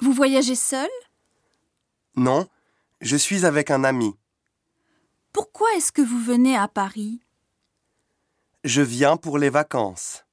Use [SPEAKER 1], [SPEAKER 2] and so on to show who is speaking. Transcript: [SPEAKER 1] voyagez seul
[SPEAKER 2] Non, je suis avec un ami.
[SPEAKER 1] Pourquoi est-ce que vous venez à Paris
[SPEAKER 2] Je viens pour les vacances.